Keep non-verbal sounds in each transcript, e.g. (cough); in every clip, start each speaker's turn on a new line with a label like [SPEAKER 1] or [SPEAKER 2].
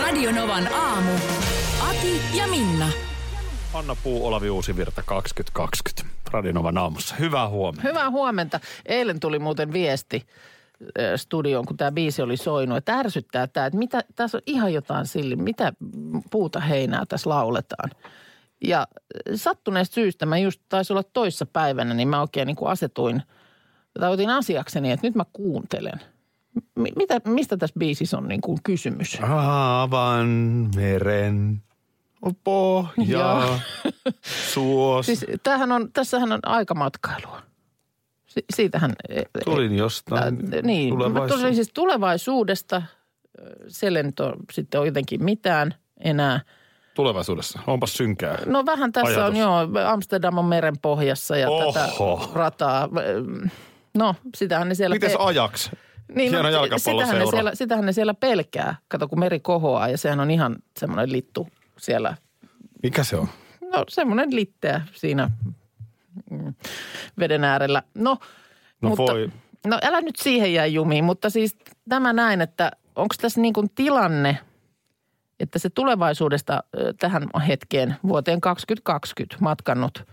[SPEAKER 1] Radionovan aamu. Ati ja Minna.
[SPEAKER 2] Anna Puu, Olavi Uusivirta 2020. Radinovan aamussa. Hyvää huomenta.
[SPEAKER 3] Hyvää huomenta. Eilen tuli muuten viesti ö, studioon, kun tämä biisi oli soinut, että ärsyttää tämä, että mitä, tässä on ihan jotain sille, mitä puuta heinää tässä lauletaan. Ja sattuneesta syystä mä just taisi olla toissa päivänä, niin mä oikein niin kuin asetuin, tai otin asiakseni, että nyt mä kuuntelen. M- mitä, mistä tässä biisissä on niin kuin kysymys?
[SPEAKER 2] Aavan meren pohja
[SPEAKER 3] Joo.
[SPEAKER 2] suos.
[SPEAKER 3] Siis tämähän on, tässähän on aikamatkailua. Si- siitähän... e-,
[SPEAKER 2] Tulin
[SPEAKER 3] Ää,
[SPEAKER 2] jostain
[SPEAKER 3] niin, mutta
[SPEAKER 2] tulevaisuudesta.
[SPEAKER 3] tosiaan siis tulevaisuudesta, ö, siellä nyt on sitten on jotenkin mitään enää.
[SPEAKER 2] tulevaisuudessa. Onpas synkää.
[SPEAKER 3] No vähän tässä
[SPEAKER 2] Ajatus.
[SPEAKER 3] on joo, Amsterdam on meren pohjassa ja
[SPEAKER 2] Oho.
[SPEAKER 3] tätä rataa. ö, No, sitähän ne siellä...
[SPEAKER 2] Mites ajaksi?
[SPEAKER 3] niin,
[SPEAKER 2] hieno
[SPEAKER 3] si- sitähän, ne
[SPEAKER 2] jalkapalloseura.
[SPEAKER 3] siellä, sitähän ne siellä pelkää. Kato, kun meri kohoaa ja sehän on ihan semmoinen littu siellä.
[SPEAKER 2] Mikä se on?
[SPEAKER 3] No, semmoinen litteä siinä mm, veden äärellä. No,
[SPEAKER 2] No
[SPEAKER 3] mutta,
[SPEAKER 2] voi.
[SPEAKER 3] No älä nyt siihen jää jumiin, mutta siis tämä näin, että onko tässä niin kuin tilanne, että se tulevaisuudesta ö, tähän hetkeen vuoteen 2020 matkannut,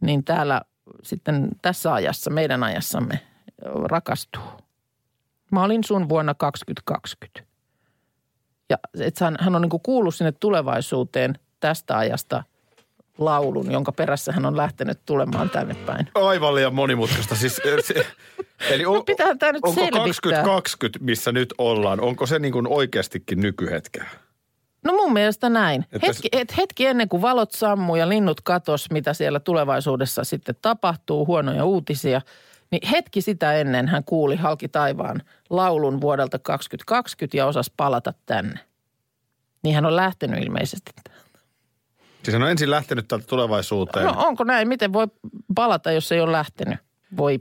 [SPEAKER 3] niin täällä sitten tässä ajassa, meidän ajassamme ö, rakastuu. Mä olin sun vuonna 2020. Ja et hän, hän on niin kuin kuullut sinne tulevaisuuteen tästä ajasta laulun, jonka perässä hän on lähtenyt tulemaan tänne päin.
[SPEAKER 2] Aivan liian monimutkaista. Siis, eh,
[SPEAKER 3] (laughs)
[SPEAKER 2] se, eli on,
[SPEAKER 3] No pitäähän tää nyt
[SPEAKER 2] onko
[SPEAKER 3] selvittää.
[SPEAKER 2] 2020, missä nyt ollaan, onko se niin kuin oikeastikin nykyhetkeä?
[SPEAKER 3] No mun mielestä näin.
[SPEAKER 2] Että
[SPEAKER 3] Hetki, et, hetki ennen kuin valot sammuu ja linnut katos, mitä siellä tulevaisuudessa sitten tapahtuu, huonoja uutisia, niin hetki sitä ennen hän kuuli halki taivaan laulun vuodelta 2020 ja osasi palata tänne. Niin hän on lähtenyt ilmeisesti.
[SPEAKER 2] Siis hän on ensin lähtenyt täältä tulevaisuuteen.
[SPEAKER 3] No onko näin? Miten voi palata, jos ei ole lähtenyt? Voi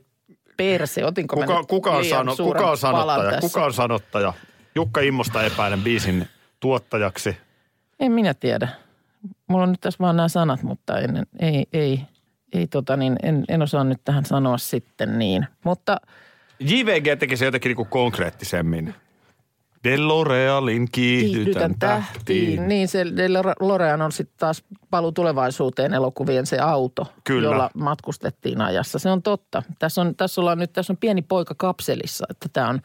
[SPEAKER 3] perse, otinko mä
[SPEAKER 2] Kuka,
[SPEAKER 3] nyt
[SPEAKER 2] kuka, on
[SPEAKER 3] liian
[SPEAKER 2] sano,
[SPEAKER 3] suuren
[SPEAKER 2] kuka on
[SPEAKER 3] palan
[SPEAKER 2] sanottaja?
[SPEAKER 3] tässä?
[SPEAKER 2] Kuka on sanottaja? Jukka Immosta epäilen biisin tuottajaksi.
[SPEAKER 3] En minä tiedä. Mulla on nyt tässä vaan nämä sanat, mutta en, ei, ei, ei tota niin, en, en osaa nyt tähän sanoa sitten niin. Mutta
[SPEAKER 2] JVG teki se jotenkin niinku konkreettisemmin. Delorealin kiihdytän tähtiin.
[SPEAKER 3] Niin, se Del- Lorean on sitten taas palu tulevaisuuteen elokuvien se auto,
[SPEAKER 2] Kyllä.
[SPEAKER 3] jolla matkustettiin ajassa. Se on totta. Tässä on, tässä ollaan nyt, tässä on pieni poika kapselissa, että tämä on,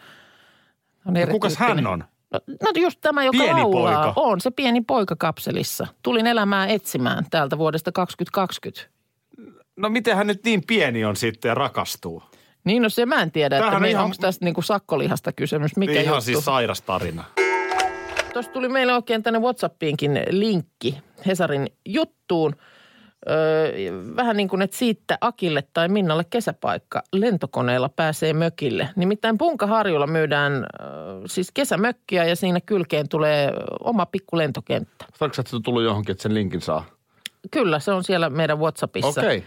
[SPEAKER 3] on
[SPEAKER 2] No kukas hän
[SPEAKER 3] erityyppinen.
[SPEAKER 2] on?
[SPEAKER 3] No, no just tämä, joka
[SPEAKER 2] Pieni
[SPEAKER 3] laulaa,
[SPEAKER 2] poika.
[SPEAKER 3] on se pieni poika kapselissa. Tulin elämää etsimään täältä vuodesta 2020.
[SPEAKER 2] No miten hän nyt niin pieni on sitten ja rakastuu?
[SPEAKER 3] Niin, no se mä en tiedä,
[SPEAKER 2] Tämähän
[SPEAKER 3] että
[SPEAKER 2] on
[SPEAKER 3] me,
[SPEAKER 2] ihan-
[SPEAKER 3] onko tästä niinku sakkolihasta kysymys, mikä
[SPEAKER 2] Ihan
[SPEAKER 3] juttu.
[SPEAKER 2] siis sairas tarina.
[SPEAKER 3] Tuossa tuli meille oikein tänne Whatsappiinkin linkki Hesarin juttuun. Öö, vähän niin kuin, että siitä Akille tai Minnalle kesäpaikka lentokoneella pääsee mökille. Nimittäin Punkaharjulla myydään öö, siis kesämökkiä ja siinä kylkeen tulee oma pikku lentokenttä.
[SPEAKER 2] Saatko sä tullut johonkin, että sen linkin saa?
[SPEAKER 3] Kyllä, se on siellä meidän Whatsappissa.
[SPEAKER 2] Okei.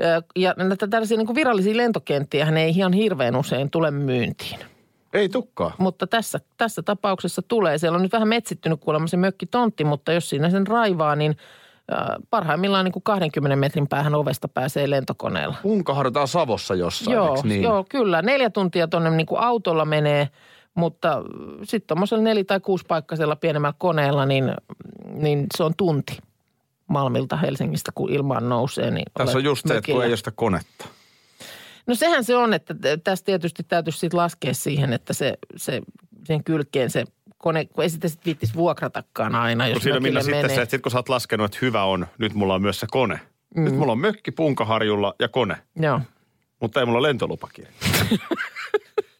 [SPEAKER 3] Öö, ja näitä tällaisia niin kuin virallisia lentokenttiä ei ihan hirveän usein tule myyntiin.
[SPEAKER 2] Ei tukkaa.
[SPEAKER 3] mutta tässä, tässä tapauksessa tulee. Siellä on nyt vähän metsittynyt kuulemma se mökkitontti, mutta jos siinä sen raivaa, niin äh, parhaimmillaan niin kuin 20 metrin päähän ovesta pääsee lentokoneella.
[SPEAKER 2] Punkahartaa Savossa jossain,
[SPEAKER 3] joo,
[SPEAKER 2] eiks niin?
[SPEAKER 3] joo, kyllä. Neljä tuntia tuonne niin kuin autolla menee, mutta sitten tuommoisella neli- tai kuuspaikkaisella pienemmällä koneella, niin, niin se on tunti. Malmilta Helsingistä, kun ilmaan nousee, niin
[SPEAKER 2] Tässä
[SPEAKER 3] olet
[SPEAKER 2] on just se, että kun
[SPEAKER 3] mökillä.
[SPEAKER 2] ei ole sitä konetta.
[SPEAKER 3] No sehän se on, että t- tässä tietysti täytyisi sit laskea siihen, että se, se, sen kylkeen se kone, kun ei sitä sitten viittisi vuokratakaan aina,
[SPEAKER 2] Kun
[SPEAKER 3] jos
[SPEAKER 2] No siinä minä
[SPEAKER 3] mökille
[SPEAKER 2] sitten
[SPEAKER 3] menee.
[SPEAKER 2] se, että sit kun sä oot laskenut, että hyvä on, nyt mulla on myös se kone. Mm. Nyt mulla on mökki Punkaharjulla ja kone,
[SPEAKER 3] Joo.
[SPEAKER 2] mutta ei mulla
[SPEAKER 3] (laughs)
[SPEAKER 2] lentolupakin.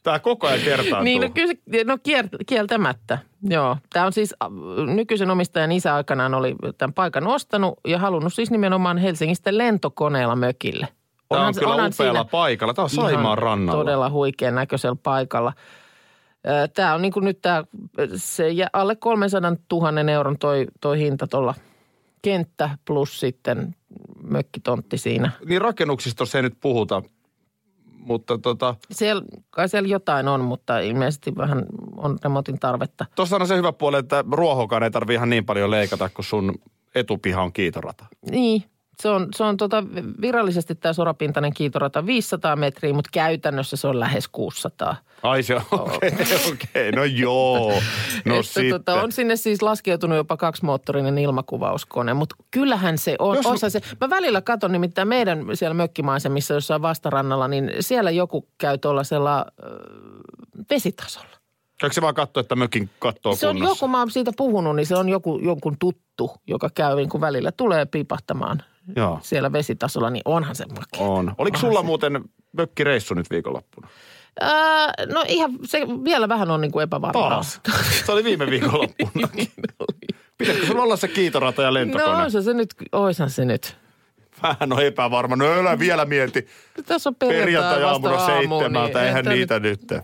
[SPEAKER 2] Tää koko ajan kertaantuu.
[SPEAKER 3] Niin, no, kyllä, se- no kier, kieltämättä, joo. Tämä on siis, äh, nykyisen omistajan isä aikanaan oli tämän paikan ostanut ja halunnut siis nimenomaan Helsingistä lentokoneella mökille.
[SPEAKER 2] Tää on
[SPEAKER 3] se-
[SPEAKER 2] kyllä
[SPEAKER 3] onhan
[SPEAKER 2] upealla
[SPEAKER 3] siinä-
[SPEAKER 2] paikalla. Tää on Saimaan
[SPEAKER 3] ihan
[SPEAKER 2] rannalla.
[SPEAKER 3] Todella huikean näköisellä paikalla. Tämä on niin kuin nyt tämä, se jä- alle 300 000 euron toi, toi hinta tuolla kenttä plus sitten mökkitontti siinä.
[SPEAKER 2] Niin rakennuksista se ei nyt puhuta, mutta tota,
[SPEAKER 3] Siellä, kai siellä jotain on, mutta ilmeisesti vähän on remontin tarvetta.
[SPEAKER 2] tuossa on se hyvä puoli, että ruohokaan ei tarvi ihan niin paljon leikata, kun sun etupiha on kiitorata.
[SPEAKER 3] Niin, se on, se on tota, virallisesti tämä sorapintainen kiitorata 500 metriä, mutta käytännössä se on lähes 600.
[SPEAKER 2] Ai se on, (laughs) okei, okay, okay. no
[SPEAKER 3] (laughs)
[SPEAKER 2] joo, no
[SPEAKER 3] Että
[SPEAKER 2] sitten.
[SPEAKER 3] Tota, on sinne siis laskeutunut jopa kaksimoottorinen ilmakuvauskone, mutta kyllähän se on.
[SPEAKER 2] Jos-
[SPEAKER 3] Jos... Osa se, mä välillä katson nimittäin meidän siellä mökkimaisemissa jossain vastarannalla, niin siellä joku käy tuollaisella äh, vesitasolla.
[SPEAKER 2] Eikö se vaan katsoa, että mökin kattoo
[SPEAKER 3] Se on
[SPEAKER 2] kunnossa?
[SPEAKER 3] joku, mä oon siitä puhunut, niin se on joku, jonkun tuttu, joka käy niin kuin välillä tulee piipahtamaan
[SPEAKER 2] Joo,
[SPEAKER 3] siellä vesitasolla, niin onhan se makea.
[SPEAKER 2] on. Oliko sulla muuten mökkireissu nyt viikonloppuna?
[SPEAKER 3] Ää, no ihan, se vielä vähän on niin kuin epävarmaa.
[SPEAKER 2] Taas. Se oli viime viikonloppuna. Pitäisikö sulla olla se kiitorata ja
[SPEAKER 3] (laughs) No
[SPEAKER 2] lentokone?
[SPEAKER 3] on se, se nyt, oishan se nyt.
[SPEAKER 2] Vähän on epävarma. No älä vielä mieti.
[SPEAKER 3] Tässä on perjantai
[SPEAKER 2] Perjantai-aamuna
[SPEAKER 3] vasta aamu,
[SPEAKER 2] seitsemältä,
[SPEAKER 3] niin
[SPEAKER 2] eihän
[SPEAKER 3] tää
[SPEAKER 2] niitä nyt.
[SPEAKER 3] nyt- Hei,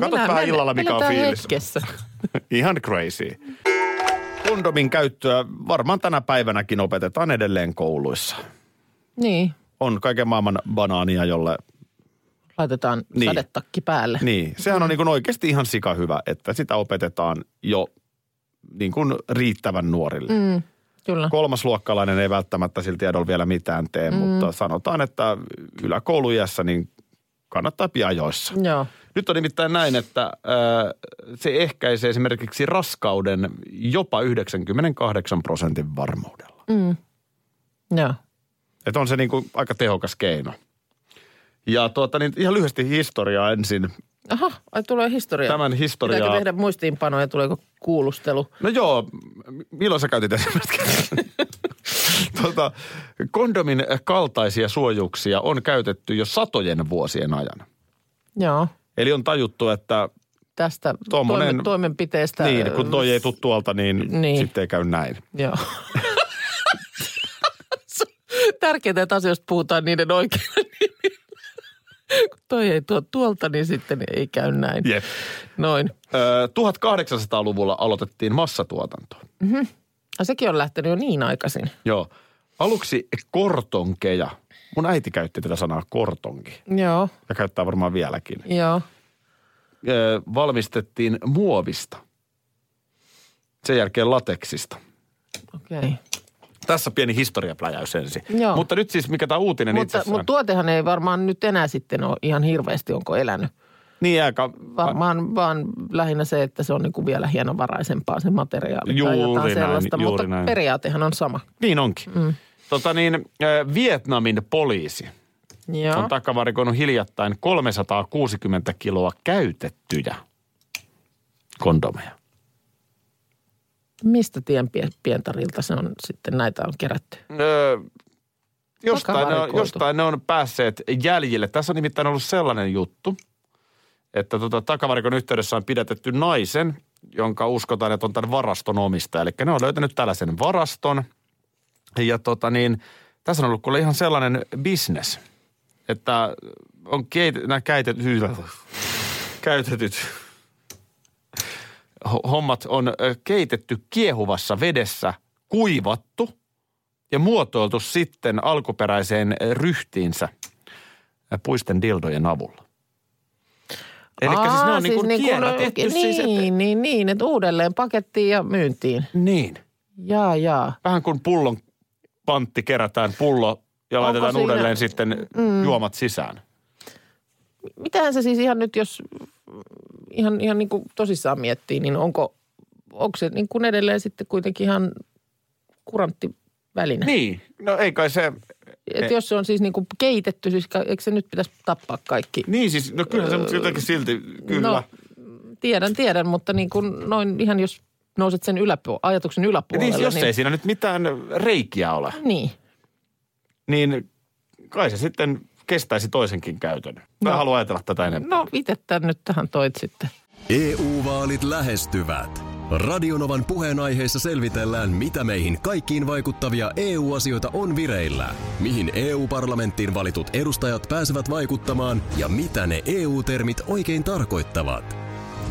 [SPEAKER 2] Katot
[SPEAKER 3] mennään-
[SPEAKER 2] vähän
[SPEAKER 3] mennään-
[SPEAKER 2] illalla, mikä on
[SPEAKER 3] mennään
[SPEAKER 2] fiilis.
[SPEAKER 3] hetkessä.
[SPEAKER 2] (laughs) Ihan crazy. Kondomin käyttöä varmaan tänä päivänäkin opetetaan edelleen kouluissa.
[SPEAKER 3] Niin,
[SPEAKER 2] On kaiken maailman banaania, jolle...
[SPEAKER 3] laitetaan
[SPEAKER 2] Niin.
[SPEAKER 3] niin. sadetakki päälle. Niin.
[SPEAKER 2] Niin, sehän on niin kuin oikeasti ihan sika hyvä, että sitä opetetaan jo niin kuin riittävän nuorille. Mm.
[SPEAKER 3] Kyllä.
[SPEAKER 2] Kolmasluokkalainen ei välttämättä sillä tiedolla vielä mitään tee, mm. mutta sanotaan, että yläkoulujässä niin kannattaa piajoissa.
[SPEAKER 3] Joo.
[SPEAKER 2] Nyt on nimittäin näin, että ö, se ehkäisee esimerkiksi raskauden jopa 98 prosentin varmuudella. Mm.
[SPEAKER 3] Joo.
[SPEAKER 2] Että on se niin kuin aika tehokas keino. Ja tuota, niin ihan lyhyesti historiaa ensin.
[SPEAKER 3] Aha, ai tulee historia.
[SPEAKER 2] Tämän historiaa.
[SPEAKER 3] Pitääkö tehdä muistiinpanoja, tuleeko kuulustelu?
[SPEAKER 2] No joo, m- milloin sä käytit ensimmäistä kertaa? tota, kondomin kaltaisia suojuuksia on käytetty jo satojen vuosien ajan.
[SPEAKER 3] Joo.
[SPEAKER 2] Eli on tajuttu, että
[SPEAKER 3] Tästä
[SPEAKER 2] Tuommoinen-
[SPEAKER 3] toimen, toimenpiteestä.
[SPEAKER 2] niin, kun toi ei tule tuolta, niin, niin.
[SPEAKER 3] Niin.
[SPEAKER 2] sitten ei käy näin.
[SPEAKER 3] Joo. (laughs) Tärkeintä, että asioista puhutaan niiden oikeilla nimillä. (laughs) Kun toi ei tuo tuolta, niin sitten ei käy näin.
[SPEAKER 2] Jep.
[SPEAKER 3] Noin.
[SPEAKER 2] Ö, 1800-luvulla aloitettiin massatuotanto.
[SPEAKER 3] Ja sekin on lähtenyt jo niin aikaisin.
[SPEAKER 2] Joo. Aluksi kortonkeja. Mun äiti käytti tätä sanaa kortonki
[SPEAKER 3] Joo,
[SPEAKER 2] ja käyttää varmaan vieläkin.
[SPEAKER 3] joo.
[SPEAKER 2] Ö, valmistettiin muovista. Sen jälkeen lateksista.
[SPEAKER 3] Okei. Okay.
[SPEAKER 2] Tässä pieni historiapläjäys ensin.
[SPEAKER 3] Joo.
[SPEAKER 2] Mutta nyt siis, mikä tämä uutinen mutta,
[SPEAKER 3] Mutta,
[SPEAKER 2] itsessään.
[SPEAKER 3] mutta
[SPEAKER 2] Mutta...
[SPEAKER 3] tuotehan ei varmaan nyt enää sitten ole ihan hirveästi, onko elänyt.
[SPEAKER 2] Niin aika...
[SPEAKER 3] Varmaan vaan lähinnä se, että se on niin kuin vielä hienovaraisempaa se materiaali
[SPEAKER 2] Juuri
[SPEAKER 3] tai
[SPEAKER 2] näin,
[SPEAKER 3] jotain sellaista.
[SPEAKER 2] juuri
[SPEAKER 3] mutta
[SPEAKER 2] näin.
[SPEAKER 3] periaatehan on sama.
[SPEAKER 2] Niin onkin. Mm. Tota niin, ö, Vietnamin poliisi
[SPEAKER 3] Joo.
[SPEAKER 2] on takavarikoinut hiljattain 360 kiloa käytettyjä kondomeja.
[SPEAKER 3] Mistä tien pie- pientarilta se on sitten näitä on kerätty?
[SPEAKER 2] Öö, jostain, ne on,
[SPEAKER 3] Takavarikoitu.
[SPEAKER 2] jostain ne on päässeet jäljille. Tässä on nimittäin ollut sellainen juttu, että tota, takavarikon yhteydessä on pidätetty naisen, jonka uskotaan, että on tämän varaston omistaja. Eli ne on löytänyt tällaisen varaston. Ja tota niin, tässä on ollut kuule ihan sellainen bisnes, että on keit, nämä käytetyt, käytetyt ho- hommat on ö, keitetty kiehuvassa vedessä, kuivattu – ja muotoiltu sitten alkuperäiseen ryhtiinsä puisten dildojen avulla. Eli siis ne
[SPEAKER 3] Aa,
[SPEAKER 2] on niin kuin
[SPEAKER 3] niin kuin-
[SPEAKER 2] tehty
[SPEAKER 3] niin,
[SPEAKER 2] siis, että,
[SPEAKER 3] Niin, niin, niin, että uudelleen pakettiin ja myyntiin.
[SPEAKER 2] niin.
[SPEAKER 3] Jaa, jaa.
[SPEAKER 2] Vähän kuin pullon pantti kerätään pullo ja
[SPEAKER 3] Onko
[SPEAKER 2] laitetaan
[SPEAKER 3] siinä-
[SPEAKER 2] uudelleen sitten mm. juomat sisään.
[SPEAKER 3] Mitähän se siis ihan nyt, jos ihan, ihan niin kuin tosissaan miettii, niin onko, onko se niin kuin edelleen sitten kuitenkin ihan kurantti väline?
[SPEAKER 2] Niin, no ei kai se,
[SPEAKER 3] Et jos se on siis niin kuin keitetty, siis ka- eikö se nyt pitäisi tappaa kaikki?
[SPEAKER 2] niin siis, no kyllähän se mutta jotenkin silti, kyllä.
[SPEAKER 3] No, tiedän, tiedän, mutta niin kuin noin ihan jos nouset sen yläpuolelle, ajatuksen yläpuolelle.
[SPEAKER 2] niin, jos ei siinä nyt mitään reikiä ole,
[SPEAKER 3] Niin,
[SPEAKER 2] niin kai se sitten kestäisi toisenkin käytön. Mä no. haluan ajatella tätä enemmän.
[SPEAKER 3] no itse tämän nyt tähän toit sitten.
[SPEAKER 4] EU-vaalit E lähestyvät. Radionovan puheenaiheessa selvitellään, mitä meihin kaikkiin vaikuttavia EU-asioita on vireillä, mihin EU-parlamenttiin valitut edustajat pääsevät vaikuttamaan ja mitä ne EU-termit oikein E tarkoittavat.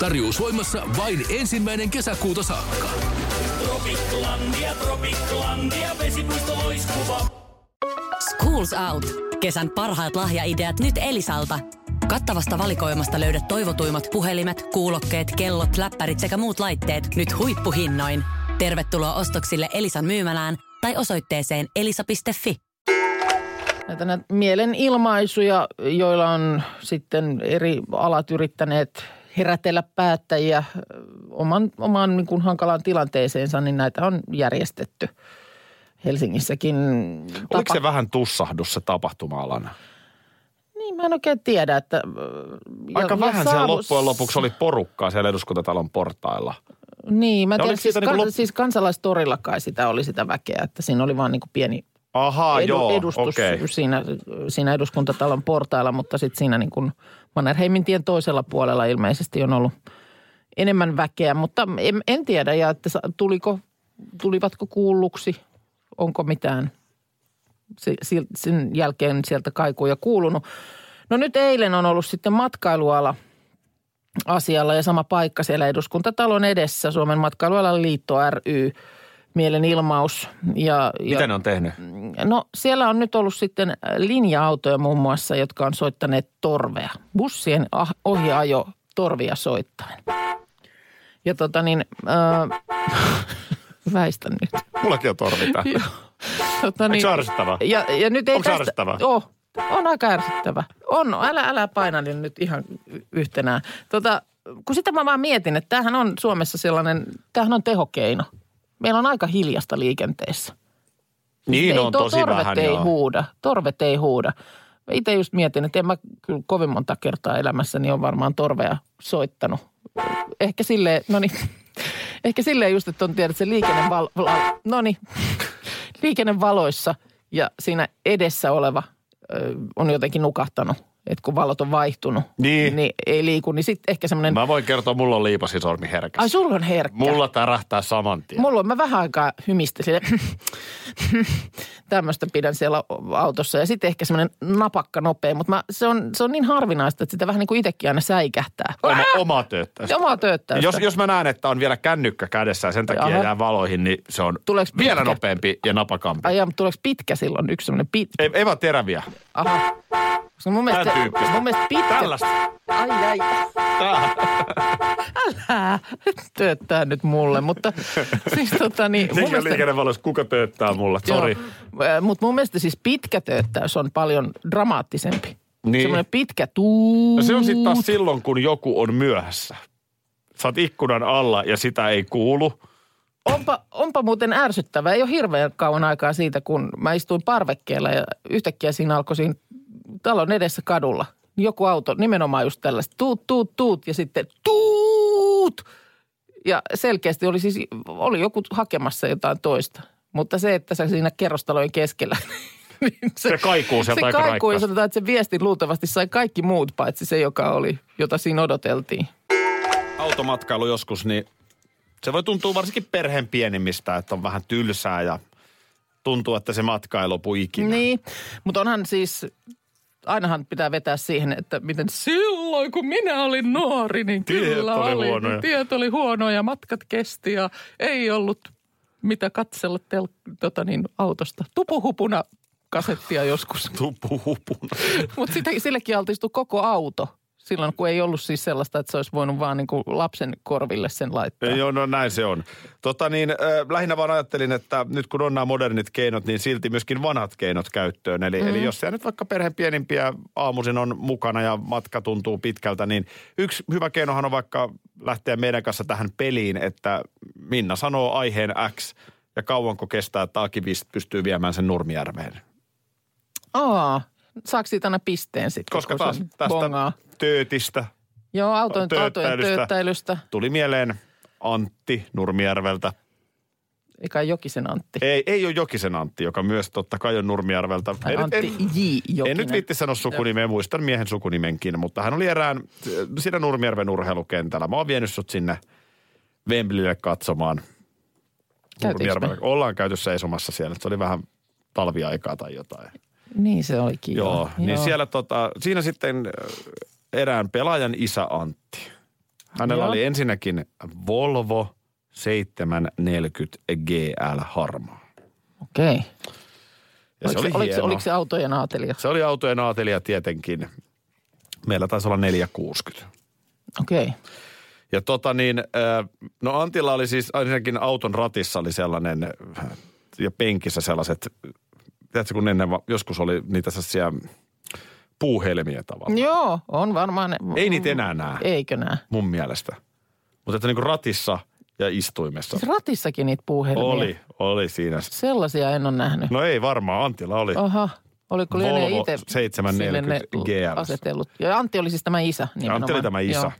[SPEAKER 5] Tarjous voimassa vain e- ensimmäinen kesäkuuta saakka.
[SPEAKER 6] Tropiklandia, Tropiklandia, vesipuisto loistuva.
[SPEAKER 7] Schools Out. Kesän parhaat lahjaideat nyt Elisalta. Kattavasta valikoimasta löydät toivotuimmat puhelimet, kuulokkeet, kellot, läppärit sekä muut laitteet nyt huippuhinnoin. Tervetuloa ostoksille Elisan myymälään tai osoitteeseen elisa.fi.
[SPEAKER 3] Näitä näitä mielenilmaisuja, joilla on sitten eri alat yrittäneet herätellä päättäjiä ö, oman, omaan niin kuin hankalaan tilanteeseensa, niin näitä on järjestetty. Helsingissäkin
[SPEAKER 2] Oliko
[SPEAKER 3] tapa-
[SPEAKER 2] se vähän tussahdus se tapahtuma-alana?
[SPEAKER 3] Niin, mä en oikein tiedä, että... ö, ja-
[SPEAKER 2] Aika
[SPEAKER 3] ja
[SPEAKER 2] vähän siellä
[SPEAKER 3] saavu-
[SPEAKER 2] loppujen lopuksi oli porukkaa siellä eduskuntatalon portailla.
[SPEAKER 3] Niin, mä
[SPEAKER 2] Ja
[SPEAKER 3] tiedän,
[SPEAKER 2] oliko
[SPEAKER 3] siis,
[SPEAKER 2] siitä
[SPEAKER 3] kan,
[SPEAKER 2] niinku
[SPEAKER 3] niin
[SPEAKER 2] lop-
[SPEAKER 3] siis kansalaistorilla kai sitä oli sitä väkeä, että siinä oli vaan niin kuin pieni
[SPEAKER 2] Ahaa,
[SPEAKER 3] edu,
[SPEAKER 2] joo,
[SPEAKER 3] edustus
[SPEAKER 2] okei.
[SPEAKER 3] siinä, siinä eduskuntatalon portailla, mutta sitten siinä niin kuin Mannerheimin tien toisella puolella ilmeisesti on ollut enemmän väkeä, mutta en, en tiedä, ja että sa- tuliko, tulivatko kuulluksi, onko mitään se- si- sen jälkeen sieltä kaikuja kuulunut. No nyt eilen on ollut sitten matkailuala asialla ja sama paikka siellä eduskuntatalon edessä, Suomen matkailualan liitto ry, mielenilmaus. Ja, ja,
[SPEAKER 2] Mitä ne on tehnyt?
[SPEAKER 3] No siellä on nyt ollut sitten äh, linja-autoja muun muassa, jotka on soittaneet torvea. Bussien ah- ohiajo torvia soittaen. Ja tota niin, äh, (laughs) väistän nyt.
[SPEAKER 2] Mullakin on
[SPEAKER 3] (laughs)
[SPEAKER 2] torvita.
[SPEAKER 3] Tota
[SPEAKER 2] Onko se ärsyttävää?
[SPEAKER 3] Ja, ja nyt ei
[SPEAKER 2] Onko se
[SPEAKER 3] tästä-
[SPEAKER 2] ärsyttävää?
[SPEAKER 3] Oo, on aika ärsyttävä. On, älä, älä paina niin nyt ihan y- yhtenään. Tota, kun sitä mä vaan mietin, että tämähän on Suomessa sellainen, tämähän on tehokeino. Meillä on aika hiljasta liikenteessä.
[SPEAKER 2] Niin
[SPEAKER 3] ei,
[SPEAKER 2] on
[SPEAKER 3] to-
[SPEAKER 2] tosi
[SPEAKER 3] torvet
[SPEAKER 2] vähän,
[SPEAKER 3] ei
[SPEAKER 2] joo.
[SPEAKER 3] huuda, torvet ei huuda. Mä itse just mietin, että en mä kyllä kovin monta kertaa elämässäni on varmaan torvea soittanut. Ehkä silleen, no niin, (laughs) ehkä silleen just, että on tiedät se liikenneval, val- no niin, (laughs) liikennevaloissa ja siinä edessä oleva ö, on jotenkin nukahtanut. Että kun valot on vaihtunut,
[SPEAKER 2] Niin.
[SPEAKER 3] niin ei liiku, niin sitten ehkä semmoinen,
[SPEAKER 2] Mä voin kertoa, mulla on liipasisormi herkässä.
[SPEAKER 3] ai sulla on herkkä.
[SPEAKER 2] Mulla tärähtää saman tien.
[SPEAKER 3] Mulla on, mä vähän aikaa hymistelin. (laughs) Tämmöistä pidän siellä autossa. Ja sitten ehkä semmoinen napakka nopea, mutta mä, se, on, se on niin harvinaista, että sitä vähän niin kuin itsekin aina säikähtää.
[SPEAKER 2] Oma, oma tööttäystä.
[SPEAKER 3] Omaa tööttäystä.
[SPEAKER 2] Jos, jos mä näen, että on vielä kännykkä kädessä ja sen takia
[SPEAKER 3] Jaha.
[SPEAKER 2] jää valoihin, niin se on
[SPEAKER 3] Tuleeko
[SPEAKER 2] vielä
[SPEAKER 3] pitkä?
[SPEAKER 2] nopeampi ja napakampi.
[SPEAKER 3] Ai jaa, mutta tuleeko pitkä silloin yksi semmoinen pit...
[SPEAKER 2] Ei, ei vaan teräviä.
[SPEAKER 3] Aha. Koska mun mielestä,
[SPEAKER 2] Tän tyyppistä.
[SPEAKER 3] mun mielestä pitkä...
[SPEAKER 2] Tällaista.
[SPEAKER 3] Ai, ai.
[SPEAKER 2] Tää.
[SPEAKER 3] Älä (laughs) tööttää nyt mulle, mutta siis tota niin... mun
[SPEAKER 2] Sekin on
[SPEAKER 3] mielestä-
[SPEAKER 2] liikennevalossa, kuka tööttää mulla. Sori.
[SPEAKER 3] Mutta mun mielestä siis pitkä tööttäys on paljon dramaattisempi.
[SPEAKER 2] Niin.
[SPEAKER 3] Semmoinen pitkä tuu.
[SPEAKER 2] No se on sitten taas silloin, kun joku on myöhässä. Saat ikkunan alla ja sitä ei kuulu.
[SPEAKER 3] Onpa, onpa muuten ärsyttävää. Ei ole hirveän kauan aikaa siitä, kun mä istuin parvekkeella ja yhtäkkiä siinä alkoi siinä talon edessä kadulla. Joku auto, nimenomaan just tällaista tuut, tuut, tuut ja sitten tuut. Ja selkeästi oli siis, oli joku hakemassa jotain toista. Mutta se, että sä siinä kerrostalojen keskellä. (laughs) niin
[SPEAKER 2] Se kaikuu sieltä
[SPEAKER 3] se
[SPEAKER 2] aika
[SPEAKER 3] kaikuu ja
[SPEAKER 2] raikkaasti.
[SPEAKER 3] sanotaan, että se viesti luultavasti sai kaikki muut, paitsi se, joka oli, jota siinä odoteltiin.
[SPEAKER 2] automatkailu joskus, niin se voi tuntua varsinkin perheen pienimmistä, että on vähän tylsää ja tuntuu, että se matka ei lopu ikinä.
[SPEAKER 3] Niin, mutta onhan siis, ainahan pitää vetää siihen, että miten silloin kun minä olin nuori, niin
[SPEAKER 2] Tiet
[SPEAKER 3] kyllä
[SPEAKER 2] oli
[SPEAKER 3] oli,
[SPEAKER 2] huonoja.
[SPEAKER 3] niin tiet oli huonoja, matkat kesti ja ei ollut mitä katsella tel, tota niin, autosta. Tupuhupuna kasettia
[SPEAKER 2] (laughs)
[SPEAKER 3] joskus,
[SPEAKER 2] Tupuhupun.
[SPEAKER 3] mutta sillekin altistui koko auto. Silloin kun ei ollut siis sellaista, että se olisi voinut vaan niin kuin lapsen korville sen laittaa.
[SPEAKER 2] Joo, no näin se on. Tota niin, äh, lähinnä vaan ajattelin, että nyt kun on nämä modernit keinot, niin silti myöskin vanhat keinot käyttöön. Eli, mm. eli jos siellä nyt vaikka perheen pienimpiä aamuisin on mukana ja matka tuntuu pitkältä, niin yksi hyvä keinohan on vaikka lähteä meidän kanssa tähän peliin, että Minna sanoo aiheen X ja kauanko kestää, että Aki Vist pystyy viemään sen Nurmijärveen.
[SPEAKER 3] Aa, saako siitä aina pisteen sitten?
[SPEAKER 2] Koska
[SPEAKER 3] kun
[SPEAKER 2] taas
[SPEAKER 3] sen
[SPEAKER 2] tästä
[SPEAKER 3] bongaa?
[SPEAKER 2] töötistä
[SPEAKER 3] Joo, auton, autojen
[SPEAKER 2] tööttäilystä.
[SPEAKER 3] tööttäilystä.
[SPEAKER 2] tuli mieleen Antti Nurmijärveltä.
[SPEAKER 3] Eikä Jokisen Antti.
[SPEAKER 2] Ei, ei ole Jokisen Antti, joka myös totta kai on Nurmijärveltä.
[SPEAKER 3] Tai
[SPEAKER 2] Ei nyt-
[SPEAKER 3] Antti
[SPEAKER 2] en-
[SPEAKER 3] J. Jokinen.
[SPEAKER 2] En nyt viitti sanoa sukunimeä, muistan miehen sukunimenkin, mutta hän oli erään siinä Nurmijärven urheilukentällä. Mä oon vienyt sut sinne Wembleylle katsomaan.
[SPEAKER 3] Käytiinkö
[SPEAKER 2] Nurmijärvellä.
[SPEAKER 3] me?
[SPEAKER 2] Ollaan käyty seisomassa siellä, se oli vähän talviaikaa tai jotain.
[SPEAKER 3] Niin se olikin.
[SPEAKER 2] Joo, joo. niin siellä tota, siinä sitten äh, erään pelaajan isä Antti. Hänellä
[SPEAKER 3] Joo.
[SPEAKER 2] joo. oli ensinnäkin Volvo 740 GL Harmaa.
[SPEAKER 3] Okei.
[SPEAKER 2] Ja se
[SPEAKER 3] Oliko,
[SPEAKER 2] oli
[SPEAKER 3] se- oliko, se-
[SPEAKER 2] hieno.
[SPEAKER 3] oliko se autojen aatelija?
[SPEAKER 2] Se oli autojen aatelija tietenkin. Meillä taisi olla 460.
[SPEAKER 3] Okei.
[SPEAKER 2] Ja tota niin, äh, no Antilla oli siis ainakin auton ratissa oli sellainen, äh, ja penkissä sellaiset, tiedätkö kun ennen va- joskus oli niitä sellaisia puuhelmiä tavallaan.
[SPEAKER 3] Joo, on varmaan. ne-
[SPEAKER 2] Ei niitä enää näe,
[SPEAKER 3] Eikö nää?
[SPEAKER 2] mun mielestä. Mutta että niin kuin ratissa ja istuimessa.
[SPEAKER 3] Siis ratissakin niitä puuhelmia.
[SPEAKER 2] Oli, oli siinä.
[SPEAKER 3] Sellaisia en ole nähnyt.
[SPEAKER 2] No ei varmaan, Antilla oli.
[SPEAKER 3] Aha. Oliko lienee
[SPEAKER 2] Volvo
[SPEAKER 3] itse
[SPEAKER 2] 740
[SPEAKER 3] sinne ne
[SPEAKER 2] GL.
[SPEAKER 3] asetellut? Ja Antti oli siis tämä isä
[SPEAKER 2] Ja
[SPEAKER 3] nimenomaan.
[SPEAKER 2] Antti oli tämä isä.
[SPEAKER 3] Joo.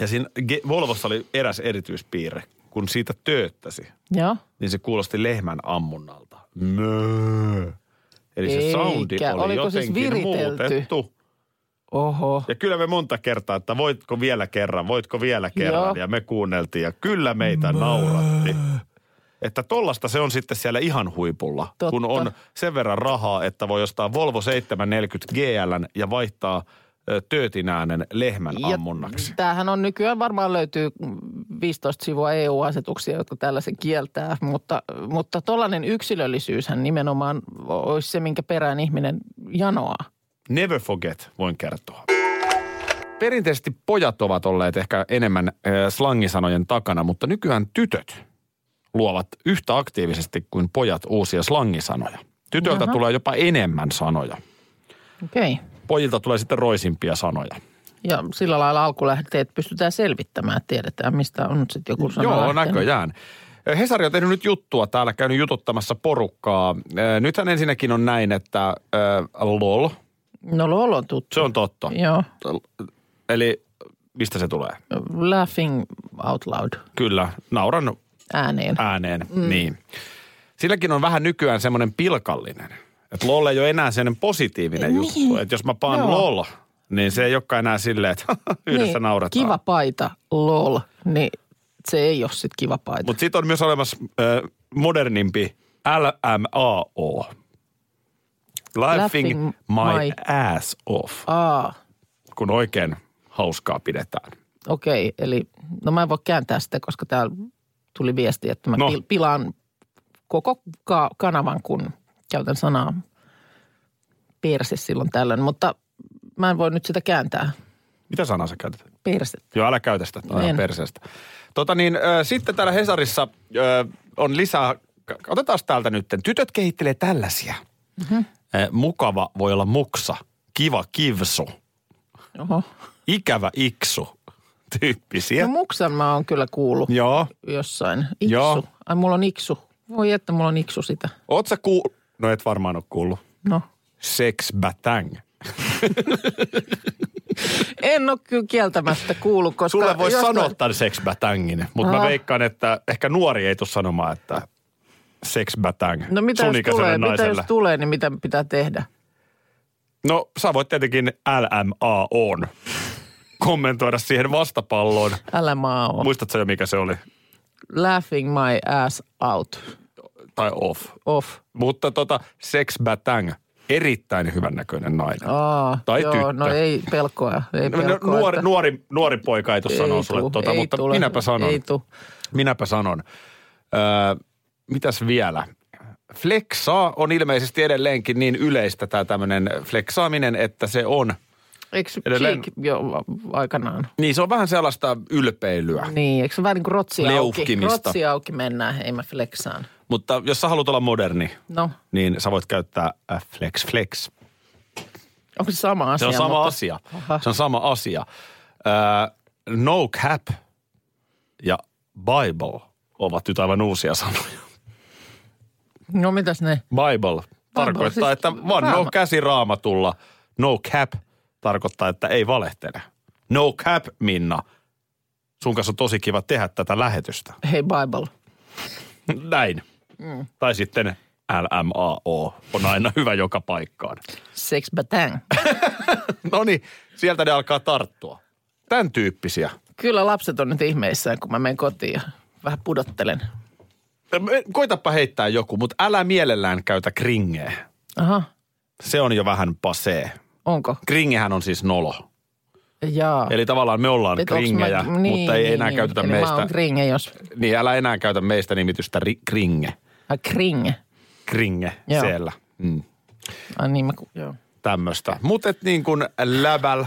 [SPEAKER 2] Ja siinä Ge- Volvossa oli eräs erityispiirre, kun siitä tööttäsi.
[SPEAKER 3] Joo.
[SPEAKER 2] niin se kuulosti lehmän ammunnalta. Möö. Eli se
[SPEAKER 3] Eikä.
[SPEAKER 2] soundi oli
[SPEAKER 3] Oliko siis
[SPEAKER 2] jotenkin
[SPEAKER 3] viritelty?
[SPEAKER 2] muutettu.
[SPEAKER 3] Oho.
[SPEAKER 2] Ja kyllä me monta kertaa, että voitko vielä kerran, voitko vielä kerran.
[SPEAKER 3] Joo.
[SPEAKER 2] Ja me kuunneltiin ja kyllä meitä nauratti. Että tollasta se on sitten siellä ihan huipulla,
[SPEAKER 3] Totta.
[SPEAKER 2] kun on sen verran rahaa, että voi ostaa Volvo 740 GL ja vaihtaa ö, töötinäänen lehmän
[SPEAKER 3] Ja
[SPEAKER 2] ammunnaksi.
[SPEAKER 3] Tämähän on nykyään varmaan löytyy 15 sivua EU-asetuksia, jotka tällaisen kieltää, mutta mutta tuollainen yksilöllisyyshän nimenomaan olisi se, minkä perään ihminen janoaa.
[SPEAKER 2] Never forget, voin kertoa. Perinteisesti pojat ovat olleet ehkä enemmän äh, slangisanojen takana, mutta nykyään tytöt luovat yhtä aktiivisesti kuin pojat uusia slangisanoja. Tytöltä
[SPEAKER 3] Jaha.
[SPEAKER 2] tulee jopa enemmän sanoja.
[SPEAKER 3] Okei. Okay.
[SPEAKER 2] Pojilta tulee sitten roisimpia sanoja.
[SPEAKER 3] Ja sillä lailla alkulähteet pystytään selvittämään, tiedetään mistä on sitten joku sana
[SPEAKER 2] Joo,
[SPEAKER 3] lähtenyt.
[SPEAKER 2] näköjään. Hesari on tehnyt nyt juttua täällä, käynyt jututtamassa porukkaa. Äh, Nythän ensinnäkin on näin, että äh, lol,
[SPEAKER 3] No lol on tuttu.
[SPEAKER 2] se on totta.
[SPEAKER 3] Joo,
[SPEAKER 2] Eli mistä se tulee?
[SPEAKER 3] laughing out loud
[SPEAKER 2] Kyllä, nauran
[SPEAKER 3] ääneen.
[SPEAKER 2] ääneen. Mm. Niin. Silläkin on vähän nykyään semmoinen pilkallinen. Että LOL ei ole enää semmoinen positiivinen niin. juttu. Että jos mä paan
[SPEAKER 3] Joo.
[SPEAKER 2] LOL, niin se ei olekaan enää silleen, että (laughs) yhdessä niin, nauretaan.
[SPEAKER 3] Kiva paita, lol, niin se ei ole sitten kiva paita.
[SPEAKER 2] Mutta sitten on myös olemassa äh, modernimpi LMAO. Laughing
[SPEAKER 3] Laughing
[SPEAKER 2] my, my
[SPEAKER 3] my-
[SPEAKER 2] ass off,
[SPEAKER 3] Aa,
[SPEAKER 2] kun oikein hauskaa pidetään.
[SPEAKER 3] okei, okay, eli no mä en voi kääntää sitä, koska täällä tuli viesti, että mä
[SPEAKER 2] No.
[SPEAKER 3] no. pilaan koko ka- kanavan, kun käytän sanaa perse silloin tällöin, mutta mä en voi nyt sitä kääntää.
[SPEAKER 2] Mitä sanaa sä käytät?
[SPEAKER 3] Perse.
[SPEAKER 2] Joo, älä käytä sitä, tämä on ihan
[SPEAKER 3] En.
[SPEAKER 2] perseestä. Tota niin, ö, sitten täällä Hesarissa ö, on lisää, otetaan täältä nyt. Tytöt kehittelee tällaisia.
[SPEAKER 3] Mm-hmm.
[SPEAKER 2] Ö, Mukava voi olla muksa, kiva kivsu,
[SPEAKER 3] Oho.
[SPEAKER 2] ikävä iksu tyyppisiä.
[SPEAKER 3] No muksan mä oon kyllä kuullut
[SPEAKER 2] Joo.
[SPEAKER 3] jossain. Iksu.
[SPEAKER 2] Joo.
[SPEAKER 3] Ai mulla on iksu. Voi että mulla on iksu sitä.
[SPEAKER 2] Oot sä kuul... No et varmaan ole kuullut.
[SPEAKER 3] No.
[SPEAKER 2] Sex batang.
[SPEAKER 3] En ole kyllä kieltämättä kuullut, koska...
[SPEAKER 2] Sulle voisi
[SPEAKER 3] jostain-
[SPEAKER 2] sanoa tämän sex batangin, mutta mä
[SPEAKER 3] Aha.
[SPEAKER 2] veikkaan, että ehkä nuori ei tule sanomaan, että sex batang
[SPEAKER 3] No mitä
[SPEAKER 2] sun
[SPEAKER 3] jos,
[SPEAKER 2] ikäiselle
[SPEAKER 3] tulee, mitä
[SPEAKER 2] naiselle.
[SPEAKER 3] jos tulee, niin mitä pitää tehdä?
[SPEAKER 2] No sä voit tietenkin LMA on kommentoida siihen vastapalloon.
[SPEAKER 3] Älä maa oo.
[SPEAKER 2] Muistatko sä jo mikä se oli?
[SPEAKER 3] Laughing my ass out.
[SPEAKER 2] Tai off.
[SPEAKER 3] Off.
[SPEAKER 2] Mutta tota, sex batang, erittäin hyvännäköinen nainen.
[SPEAKER 3] Aa,
[SPEAKER 2] Tai
[SPEAKER 3] joo,
[SPEAKER 2] tyttö.
[SPEAKER 3] no ei pelkoa. Ei
[SPEAKER 2] No, no,
[SPEAKER 3] pelkoa
[SPEAKER 2] nuori,
[SPEAKER 3] että-
[SPEAKER 2] nuori, nuori poika ei tuossa
[SPEAKER 3] Ei
[SPEAKER 2] sano sulle
[SPEAKER 3] tuu,
[SPEAKER 2] tota,
[SPEAKER 3] ei
[SPEAKER 2] mutta
[SPEAKER 3] tule,
[SPEAKER 2] minäpä sanon.
[SPEAKER 3] Ei tuu.
[SPEAKER 2] Minäpä sanon. Öö, mitäs vielä? Flexaa on ilmeisesti edelleenkin niin yleistä tämä tämmöinen flexaaminen, että se on,
[SPEAKER 3] Eikö
[SPEAKER 2] Edelleen-
[SPEAKER 3] Cheek jo va- aikanaan?
[SPEAKER 2] niin se on vähän sellaista ylpeilyä.
[SPEAKER 3] Niin, eikö se vähän niin kuin rotsi auki?
[SPEAKER 2] Leuhkimista.
[SPEAKER 3] Rotsi auki mennään, ei mä flexaan.
[SPEAKER 2] Mutta jos sä haluat olla moderni,
[SPEAKER 3] No,
[SPEAKER 2] niin sä voit käyttää äh, flex flex.
[SPEAKER 3] onko se sama asia?
[SPEAKER 2] Se on sama
[SPEAKER 3] mutta-
[SPEAKER 2] asia.
[SPEAKER 3] Aha.
[SPEAKER 2] Se on sama asia. Öö, no cap ja Bible ovat nyt aivan uusia sanoja.
[SPEAKER 3] No mitäs ne?
[SPEAKER 2] Bible tarkoittaa,
[SPEAKER 3] siis
[SPEAKER 2] että vaan no
[SPEAKER 3] raama-
[SPEAKER 2] käsi raamatulla. No cap tarkoittaa, että ei valehtele. No cap, Minna. sun kanssa on tosi kiva tehdä tätä lähetystä.
[SPEAKER 3] Hei Bible.
[SPEAKER 2] Näin. Mm. Tai sitten LMAO on aina hyvä joka paikkaan.
[SPEAKER 3] Sex batang.
[SPEAKER 2] No niin, sieltä ne alkaa tarttua. Tämän tyyppisiä.
[SPEAKER 3] Kyllä lapset on nyt ihmeissään, kun mä menen kotiin ja vähän pudottelen.
[SPEAKER 2] Koitapa heittää joku, mutta älä mielellään käytä kringeä.
[SPEAKER 3] Aha,
[SPEAKER 2] Se on jo vähän pasee.
[SPEAKER 3] onko?
[SPEAKER 2] Kringehän on siis nolo.
[SPEAKER 3] Jaa.
[SPEAKER 2] Eli tavallaan me ollaan
[SPEAKER 3] Et onks
[SPEAKER 2] kringejä,
[SPEAKER 3] mä-
[SPEAKER 2] mutta ei enää
[SPEAKER 3] niin.
[SPEAKER 2] käytetä
[SPEAKER 3] Eli
[SPEAKER 2] meistä.
[SPEAKER 3] Mä oon kringe, jos...
[SPEAKER 2] Niin, älä enää käytä meistä nimitystä ri- kringe.
[SPEAKER 3] Ai kringe.
[SPEAKER 2] Kringe
[SPEAKER 3] Joo.
[SPEAKER 2] siellä. Mm,
[SPEAKER 3] Ai niin, mä... ku- Joo.
[SPEAKER 2] tämmöistä. Mutta et niin kuin läbäl,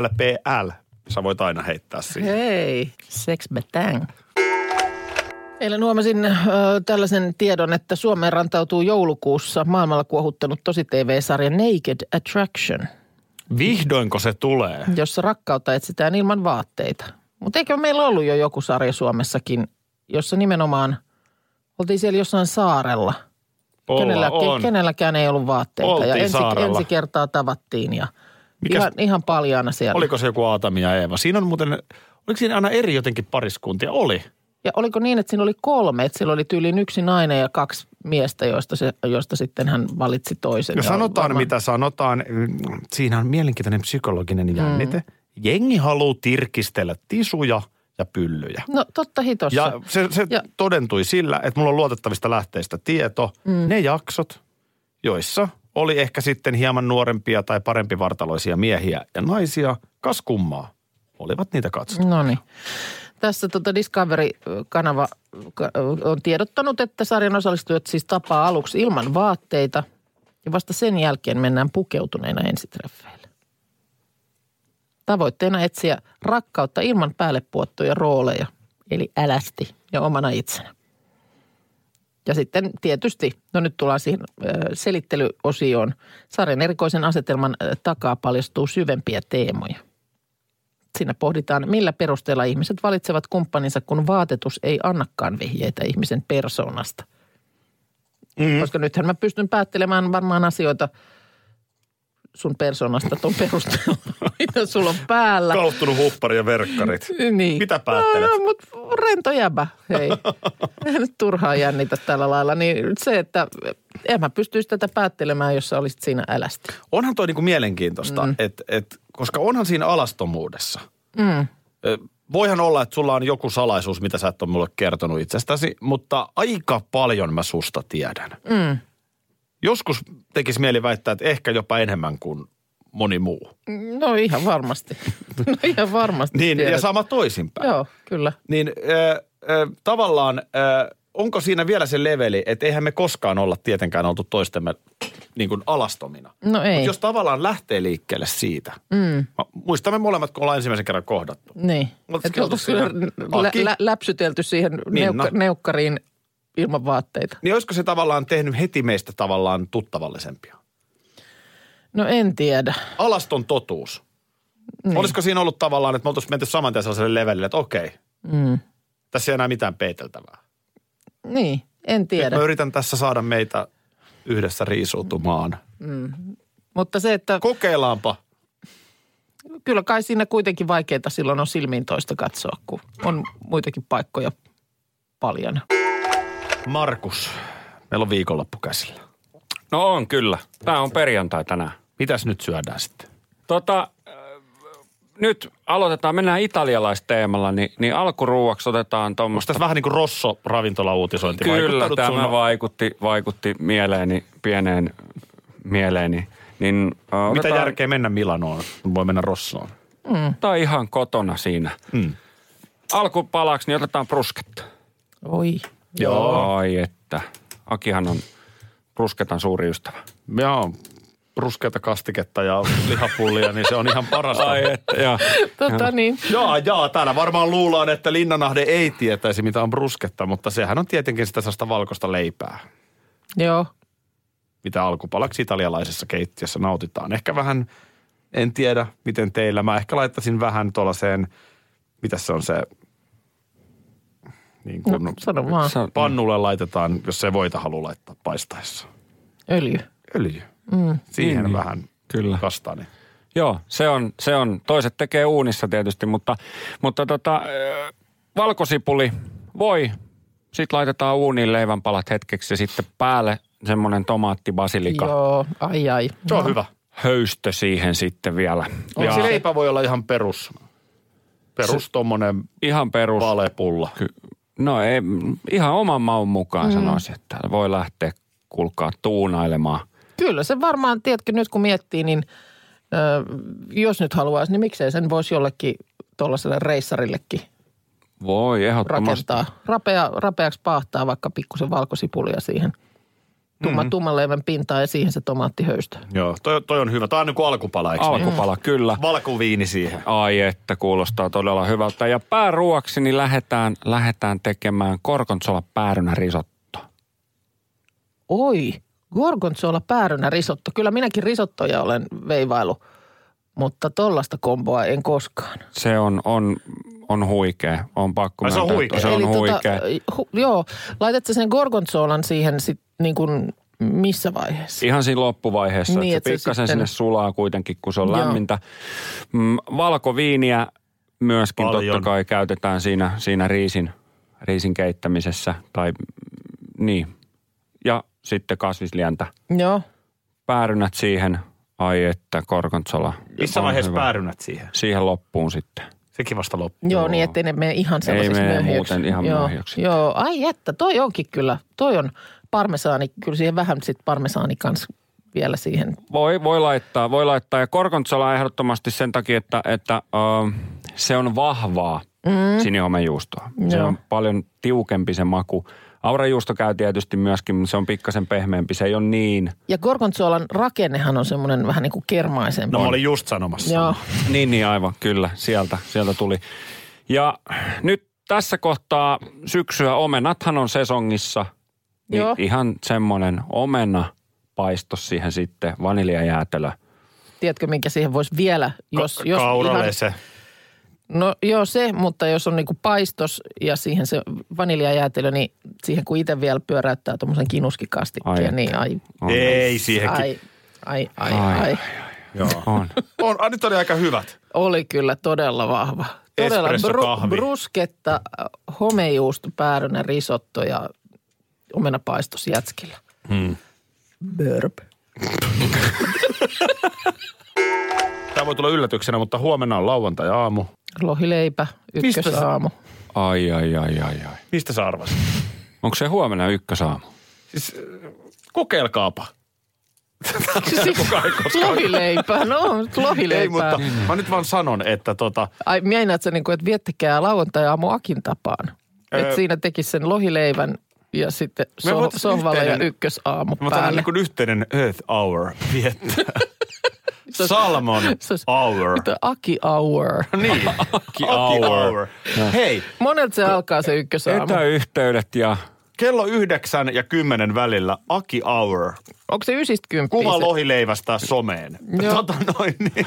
[SPEAKER 2] LPL, sä voit aina heittää siihen.
[SPEAKER 3] Hei, sex batang. Eilen huomasin ö, tällaisen tiedon, että Suomeen rantautuu joulukuussa maailmalla kuohuttanut tosi-tv-sarja Naked Attraction,
[SPEAKER 2] Vihdoinko se tulee?
[SPEAKER 3] jossa rakkautta etsitään ilman vaatteita. Mutta eikö meillä ollut jo joku sarja Suomessakin, jossa nimenomaan oltiin siellä jossain saarella.
[SPEAKER 2] Olla on.
[SPEAKER 3] kenelläkään ei ollut vaatteita ja
[SPEAKER 2] Oltiin
[SPEAKER 3] ensi,
[SPEAKER 2] saarella.
[SPEAKER 3] ensi kertaa tavattiin ja
[SPEAKER 2] Mikäs-
[SPEAKER 3] ihan, ihan paljaana siellä.
[SPEAKER 2] Oliko se joku Aatami ja Eeva? Siinä on muuten, oliko siinä aina eri jotenkin pariskuntia? Oli.
[SPEAKER 3] Ja oliko niin, että siinä oli kolme, että sillä oli tyyliin yksi nainen ja kaksi miestä, joista, se, joista sitten hän valitsi toisen.
[SPEAKER 2] No sanotaan
[SPEAKER 3] varmaan-
[SPEAKER 2] mitä sanotaan, mm, siinä on mielenkiintoinen psykologinen jännite. Jengi haluaa tirkistellä tisuja ja pyllyjä.
[SPEAKER 3] No totta hitossa.
[SPEAKER 2] Ja se, se
[SPEAKER 3] Ja-
[SPEAKER 2] todentui sillä, että mulla on luotettavista lähteistä tieto. Mm. Ne jaksot, joissa oli ehkä sitten hieman nuorempia tai parempi vartaloisia miehiä ja naisia, kas kummaa, olivat niitä katsottu.
[SPEAKER 3] No niin. Tässä tota Discovery-kanava ka- on tiedottanut, että sarjan osallistujat siis tapaa aluksi ilman vaatteita ja vasta sen jälkeen mennään pukeutuneena ensitreffeille. Tavoitteena etsiä rakkautta ilman päällepuottuja rooleja, eli älästi ja omana itsenä. Ja sitten tietysti, no nyt tullaan siihen ö, selittelyosioon. Sarjan erikoisen asetelman ö, takaa paljastuu syvempiä teemoja. Siinä pohditaan, millä perusteella ihmiset valitsevat kumppaninsa, kun vaatetus ei annakaan vihjeitä ihmisen persoonasta. Mm. Koska nythän mä pystyn päättelemään varmaan asioita sun persoonasta ton perusteella, (laughs) mitä sulla on päällä.
[SPEAKER 2] Kalttunut huppari ja (laughs) verkkarit.
[SPEAKER 3] Niin.
[SPEAKER 2] Mitä päättelet?
[SPEAKER 3] No, no, mutta rento jäbä,
[SPEAKER 2] (laughs)
[SPEAKER 3] hei. Ei nyt turhaa jännitä tällä lailla. Niin se, että en mä pystyisi tätä päättelemään, jos sä olisit siinä älästi.
[SPEAKER 2] Onhan toi niinku mielenkiintoista, mm. et, et, koska onhan siinä alastomuudessa. Mm. Voihan olla, että sulla on joku salaisuus, mitä sä et ole mulle kertonut itsestäsi, mutta aika paljon mä susta tiedän. Mm. Joskus tekisi mieli väittää, että ehkä jopa enemmän kuin moni muu.
[SPEAKER 3] No ihan
[SPEAKER 2] (laughs)
[SPEAKER 3] varmasti. No ihan varmasti.
[SPEAKER 2] Niin, ja
[SPEAKER 3] tiedät.
[SPEAKER 2] sama toisinpäin.
[SPEAKER 3] Joo, kyllä.
[SPEAKER 2] Niin ö, ö, tavallaan, ö, onko siinä vielä se leveli, että eihän me koskaan olla tietenkään oltu toistemme niin kuin alastomina.
[SPEAKER 3] No ei.
[SPEAKER 2] Mut jos tavallaan lähtee liikkeelle siitä. Niin. Mm. Muistamme molemmat, kun ollaan ensimmäisen kerran kohdattu.
[SPEAKER 3] Niin.
[SPEAKER 2] Olet
[SPEAKER 3] Että oltu
[SPEAKER 2] keltu
[SPEAKER 3] kyllä
[SPEAKER 2] siinä Niin, no.
[SPEAKER 3] lä-
[SPEAKER 2] laki.
[SPEAKER 3] lä- läpsytelty siihen
[SPEAKER 2] Minna.
[SPEAKER 3] neukka- neukkariin ilman vaatteita.
[SPEAKER 2] Niin olisiko se tavallaan tehnyt heti meistä tavallaan tuttavallisempia?
[SPEAKER 3] No en tiedä.
[SPEAKER 2] Alaston totuus. Niin. Olisiko siinä ollut tavallaan, että me oltaisiin menty saman tien sellaiselle levelille, että okei, mm. tässä ei enää mitään peiteltävää.
[SPEAKER 3] Niin, en
[SPEAKER 2] Nyt
[SPEAKER 3] tiedä.
[SPEAKER 2] Mä yritän tässä saada meitä yhdessä riisuutumaan.
[SPEAKER 3] Mutta se, että
[SPEAKER 2] Kokeillaanpa.
[SPEAKER 3] kyllä kai siinä kuitenkin vaikeita silloin on silmiin toista katsoa, kun on muitakin paikkoja paljon.
[SPEAKER 2] Markus, meillä on viikonloppu käsillä.
[SPEAKER 8] No on kyllä. Tämä on perjantai tänään.
[SPEAKER 2] Mitäs nyt syödään sitten?
[SPEAKER 8] Tota, äh, nyt aloitetaan, mennään italialaisteemalla, niin, niin alkuruuaksi otetaan
[SPEAKER 2] Onko
[SPEAKER 8] tuommoista.
[SPEAKER 2] tässä vähän niin kuin Rosso-ravintola-uutisointi?
[SPEAKER 8] Kyllä,
[SPEAKER 2] Vaikuttanut
[SPEAKER 8] tämä
[SPEAKER 2] sun-
[SPEAKER 8] vaikutti, vaikutti mieleeni, pieneen mieleeni. Niin, äh,
[SPEAKER 2] Mitä
[SPEAKER 8] otetaan-
[SPEAKER 2] järkeä mennä Milanoon, kun voi mennä Rossoon?
[SPEAKER 8] Tai ihan kotona siinä. Mm. Alkupalaksi niin otetaan brusketta.
[SPEAKER 3] Oi.
[SPEAKER 8] Joo. Ai että. Akihan on brusketan suuri ystävä.
[SPEAKER 2] Joo, ruskeata kastiketta ja lihapullia, niin se on ihan parasta.
[SPEAKER 8] että, joo.
[SPEAKER 3] Tota niin.
[SPEAKER 2] Jaa, jaa, täällä varmaan luullaan, että Linnanahde ei tietäisi, mitä on brusketta, mutta sehän on tietenkin sitä sellaista valkoista leipää,
[SPEAKER 3] Joo.
[SPEAKER 2] mitä alkupalaksi italialaisessa keittiössä nautitaan. Ehkä vähän, en tiedä miten teillä, mä ehkä laittaisin vähän tuollaiseen, mitä se on se, niin kuin
[SPEAKER 3] No, sano vaan.
[SPEAKER 8] Se on-
[SPEAKER 2] pannulle laitetaan, jos se voita halua laittaa paistaessa.
[SPEAKER 3] Öljy.
[SPEAKER 2] Öljy. Mm, Siihen niin, vähän
[SPEAKER 8] Kyllä.
[SPEAKER 2] kastani.
[SPEAKER 8] Joo, se on, se on. Toiset tekee uunissa tietysti, mutta, mutta tota, äh, valkosipuli voi. Sitten laitetaan uuniin leivänpalat hetkeksi ja sitten päälle semmoinen tomaattibasilika
[SPEAKER 3] Joo, ai ai.
[SPEAKER 2] Se on hyvä.
[SPEAKER 8] höystö siihen sitten vielä.
[SPEAKER 2] Ja. Se leipä voi olla ihan perus, perus se, tommonen
[SPEAKER 8] ihan perus.
[SPEAKER 2] valepulla. Ky-
[SPEAKER 8] No ei, mm, ihan oman maun mukaan mm. sanoisin, että voi lähteä kulkaa tuunailemaan.
[SPEAKER 3] Kyllä se varmaan, tiedätkö nyt kun miettii, niin ö, jos nyt haluaisi, niin miksei sen voisi jollekin tuollaiselle reissarillekin
[SPEAKER 8] Voi ehdottomasti.
[SPEAKER 3] rakentaa. Rapea, rapeaksi paahtaa vaikka pikkusen valkosipulia siihen. Tumma, mm-hmm. Tumman leivän pintaan ja siihen se tomaattihöystö.
[SPEAKER 2] Joo, toi, toi on hyvä. Tämä on niin kuin alkupala, eikö niin?
[SPEAKER 8] Alkupala, kyllä.
[SPEAKER 2] Valkoviini siihen.
[SPEAKER 8] Ai että, kuulostaa todella hyvältä. Ja pääruoksi niin lähdetään, lähdetään tekemään korkonsola päärynä risotto.
[SPEAKER 3] Oi, gorgonzola päärynä risotto. Kyllä minäkin risottoja olen veivailu, mutta tollasta komboa en koskaan.
[SPEAKER 8] Se on, on, on huikea. On pakko
[SPEAKER 2] Ai, se on
[SPEAKER 8] myöntää,
[SPEAKER 2] huikea.
[SPEAKER 8] että No Se
[SPEAKER 3] Eli
[SPEAKER 8] on huikea.
[SPEAKER 3] Tota, hu, joo, laitatko sen gorgonzolan siihen sit niin kuin missä vaiheessa?
[SPEAKER 8] Ihan siinä loppuvaiheessa,
[SPEAKER 3] Niin,
[SPEAKER 8] niin, että
[SPEAKER 3] että se
[SPEAKER 8] se pikkasen
[SPEAKER 3] sitten-
[SPEAKER 8] sinne sulaa kuitenkin, kun se on
[SPEAKER 3] Joo.
[SPEAKER 8] lämmintä. Mm, valkoviiniä myöskin
[SPEAKER 2] Paljon.
[SPEAKER 8] totta kai käytetään siinä, siinä riisin, riisin keittämisessä. Tai mm, niin. Ja sitten kasvislientä.
[SPEAKER 3] Joo.
[SPEAKER 8] Päärynät siihen. Ai että, korkontsola.
[SPEAKER 2] Missä
[SPEAKER 8] On
[SPEAKER 2] vaiheessa
[SPEAKER 8] hyvä.
[SPEAKER 2] päärynät siihen?
[SPEAKER 8] Siihen loppuun sitten.
[SPEAKER 2] Sekin vasta loppuu.
[SPEAKER 3] Joo, niin ettei ne mene ihan sellaisiksi
[SPEAKER 8] mene
[SPEAKER 3] möhjöksi.
[SPEAKER 8] muuten ihan
[SPEAKER 3] joo,
[SPEAKER 8] möhjöksi.
[SPEAKER 3] Joo, ai että, toi onkin kyllä, toi on parmesaani, kyllä siihen vähän sitten parmesaani kanssa vielä siihen.
[SPEAKER 8] Voi, voi laittaa, voi laittaa. Ja korkontsola ehdottomasti sen takia, että, että ö, se on vahvaa mm. sinihomejuustoa. Se
[SPEAKER 3] Joo.
[SPEAKER 8] on paljon tiukempi se maku. Aurajuusto käy tietysti myöskin, mutta se on pikkasen pehmeämpi. Se ei ole niin,
[SPEAKER 3] Ja gorgonzolan rakennehan on semmoinen vähän niin kuin kermaisempi.
[SPEAKER 2] No mä olin just sanomassa.
[SPEAKER 3] Joo,
[SPEAKER 8] niin, niin aivan, kyllä, sieltä, sieltä tuli. Ja nyt tässä kohtaa syksyä omenathan on sesongissa. Niin
[SPEAKER 3] Joo.
[SPEAKER 8] Ihan semmoinen omena paisto siihen sitten, vaniljajäätelö.
[SPEAKER 3] tiedätkö minkä siihen voisi vielä, jos... jos
[SPEAKER 2] Kauralle se.
[SPEAKER 3] No joo se, mutta jos on niinku paistos ja siihen se vaniljajäätelö, niin siihen kun itse vielä pyöräyttää tuommoisen
[SPEAKER 8] Ai
[SPEAKER 3] kinuskikastikkeen,
[SPEAKER 8] että.
[SPEAKER 3] niin ai,
[SPEAKER 2] Ei siihenkin.
[SPEAKER 3] ai, ai, ai,
[SPEAKER 8] Ai,
[SPEAKER 3] ai, ai.
[SPEAKER 2] Joo.
[SPEAKER 8] On.
[SPEAKER 2] On, ah, nyt oli aika hyvät.
[SPEAKER 3] Oli kyllä todella vahva. Todella
[SPEAKER 2] Espressokahvi.
[SPEAKER 3] brusketta, äh, homejuusto, päärynä, risotto ja omenapaistos jätskillä. Hmm. Burp.
[SPEAKER 2] Tämä voi tulla yllätyksenä, mutta huomenna on lauantai-aamu.
[SPEAKER 3] Lohileipä,
[SPEAKER 2] Mistä se-
[SPEAKER 3] ykkösaamu.
[SPEAKER 8] Ai, ai, ai, ai, ai.
[SPEAKER 2] Mistä sä arvasit?
[SPEAKER 8] Onko se huomenna ykkösaamu?
[SPEAKER 2] Siis, äh, kokeilkaapa. Kukaan ei koskaan.
[SPEAKER 3] Lohileipä, no lohileipää.
[SPEAKER 2] Ei, mutta mä nyt vaan sanon, että tota,
[SPEAKER 3] Ai meinaat sä niinku, että viettekää lauantai-aamu Akin tapaan?
[SPEAKER 2] Öö.
[SPEAKER 3] Että siinä tekisi sen lohileivän ja sitten
[SPEAKER 2] Me
[SPEAKER 3] so-
[SPEAKER 2] voitaisiin
[SPEAKER 3] sohvalla ja
[SPEAKER 2] yhteinen-
[SPEAKER 3] ykkösaamu
[SPEAKER 2] mä tänään
[SPEAKER 3] päälle.
[SPEAKER 2] niin kuin yhteinen Earth Hour
[SPEAKER 3] (laughs)
[SPEAKER 2] viettää. Salmon
[SPEAKER 3] se olisi-
[SPEAKER 2] Hour.
[SPEAKER 3] Mitä Aki hour.
[SPEAKER 2] Niin. Aki Hour. No. Hei,
[SPEAKER 3] Monelta se alkaa se ykkösaamu.
[SPEAKER 8] Etäyhteydet ja
[SPEAKER 2] kello yhdeksän ja kymmenen välillä Aki Hour.
[SPEAKER 3] Onko se ysistä kymppiä?
[SPEAKER 2] Kuva
[SPEAKER 3] se-
[SPEAKER 2] lohileivästä someen.
[SPEAKER 3] Joo.
[SPEAKER 2] Tota noin, niin.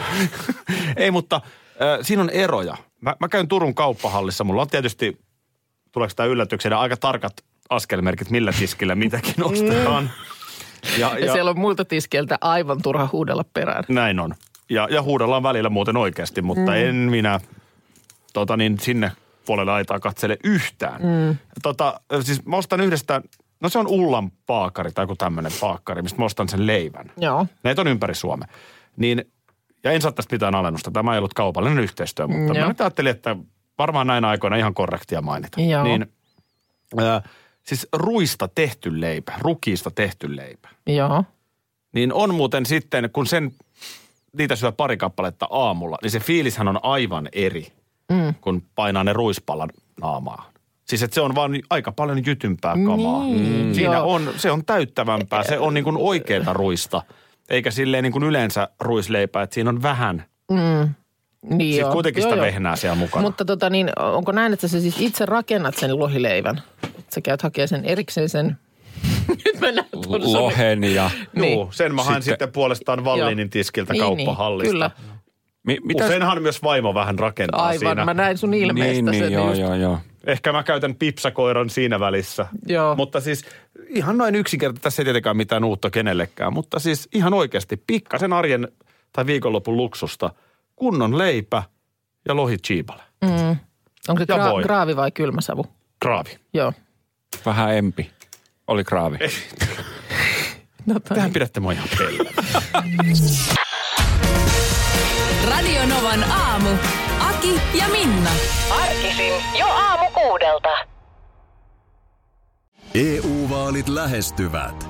[SPEAKER 2] (laughs) Ei, mutta äh, siinä on eroja. Mä, mä käyn Turun kauppahallissa. Mulla on tietysti, tuleeko tämä yllätyksenä, aika tarkat askelmerkit, millä tiskillä mitäkin ostetaan. Ja,
[SPEAKER 3] Ja, Mm. siellä on muilta tiskeiltä aivan turha huudella perään.
[SPEAKER 2] Näin on. Ja, ja huudellaan välillä muuten oikeasti, mutta mm. en minä tota niin, sinne puolelle aitaa katsele yhtään. Mm. Tota, siis mä ostan yhdestä, no se on Ullan paakari tai joku tämmöinen paakari, mistä mä ostan sen leivän.
[SPEAKER 3] Joo.
[SPEAKER 2] Näitä on ympäri Suomea. Niin, ja en saa tästä mitään alennusta. Tämä ei ollut kaupallinen yhteistyö, mutta
[SPEAKER 3] Joo.
[SPEAKER 2] mä nyt ajattelin, että varmaan näinä aikoina ihan korrektia mainita.
[SPEAKER 3] Joo.
[SPEAKER 2] Niin, äh, siis ruista tehty leipä, rukiista tehty leipä
[SPEAKER 3] Joo.
[SPEAKER 2] niin on muuten sitten, kun sen, niitä syö pari kappaletta aamulla, niin se fiilishän on aivan eri, mm. kun painaa ne ruispalan naamaan. Siis että se on vaan aika paljon jytympää kamaa. Mm.
[SPEAKER 3] Niin,
[SPEAKER 2] Siinä
[SPEAKER 3] joo.
[SPEAKER 2] on, se on täyttävämpää, se on niin kuin oikeata ruista. Eikä silleen niin kuin yleensä ruisleipää, että siinä on vähän.
[SPEAKER 3] Niin
[SPEAKER 2] Siis
[SPEAKER 3] joo.
[SPEAKER 2] kuitenkin
[SPEAKER 3] joo,
[SPEAKER 2] sitä
[SPEAKER 3] joo.
[SPEAKER 2] vehnää siellä mukana.
[SPEAKER 3] Mutta tota niin, onko näin, että sä siis itse rakennat sen lohileivän? Et Sä käyt hakemaan sen erikseen sen... (laughs) Nyt mennään tuonne sun-
[SPEAKER 8] lohen ja...
[SPEAKER 3] Niin.
[SPEAKER 2] Juu, sen mä haen sitten,
[SPEAKER 8] Sitten-
[SPEAKER 2] sitten puolestaan Vallinin
[SPEAKER 3] Joo.
[SPEAKER 2] tiskiltä
[SPEAKER 3] Niin,
[SPEAKER 2] kauppahallista.
[SPEAKER 3] niin, kyllä.
[SPEAKER 8] Mi, mitä?
[SPEAKER 2] Useinhan myös vaimo vähän rakentaa
[SPEAKER 3] Aivan,
[SPEAKER 2] siinä.
[SPEAKER 3] mä näin sun ilmeestä
[SPEAKER 8] niin, niin,
[SPEAKER 3] sen
[SPEAKER 8] joo,
[SPEAKER 3] just.
[SPEAKER 8] joo, joo.
[SPEAKER 2] Ehkä mä käytän pipsakoiran siinä välissä.
[SPEAKER 3] Joo.
[SPEAKER 2] Mutta siis ihan noin yksinkertaisesti, tässä ei tietenkään mitään uutta kenellekään, mutta siis ihan oikeasti pikkasen arjen tai viikonlopun luksusta kunnon leipä ja lohi chiipale.
[SPEAKER 3] Onko se
[SPEAKER 2] Ja
[SPEAKER 3] gra-
[SPEAKER 2] voi.
[SPEAKER 3] graavi vai kylmä savu?
[SPEAKER 2] Kraavi.
[SPEAKER 3] Joo.
[SPEAKER 8] Vähän empi. Oli kraavi.
[SPEAKER 3] No, toi-
[SPEAKER 2] Tähän pidätte mua ihan pellellä.
[SPEAKER 1] Radio Novan aamu. Aki ja Minna.
[SPEAKER 9] Arkisin jo aamu kuudelta.
[SPEAKER 4] EU-vaalit E lähestyvät.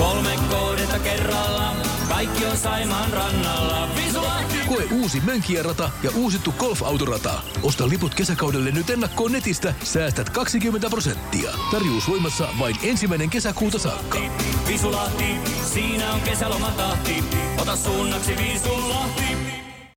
[SPEAKER 6] Kolme kohdetta kerralla, kaikki on Saimaan rannalla. Visulahti!
[SPEAKER 5] Koe uusi Mönkijärata ja uusittu golfautorata. Osta liput kesäkaudelle nyt ennakkoon netistä. Säästät 20 prosenttia. Tarjous voimassa vain ensimmäinen kesäkuuta saakka.
[SPEAKER 6] Visulahti, siinä on kesäloman tahti. Ota suunnaksi Visulahti.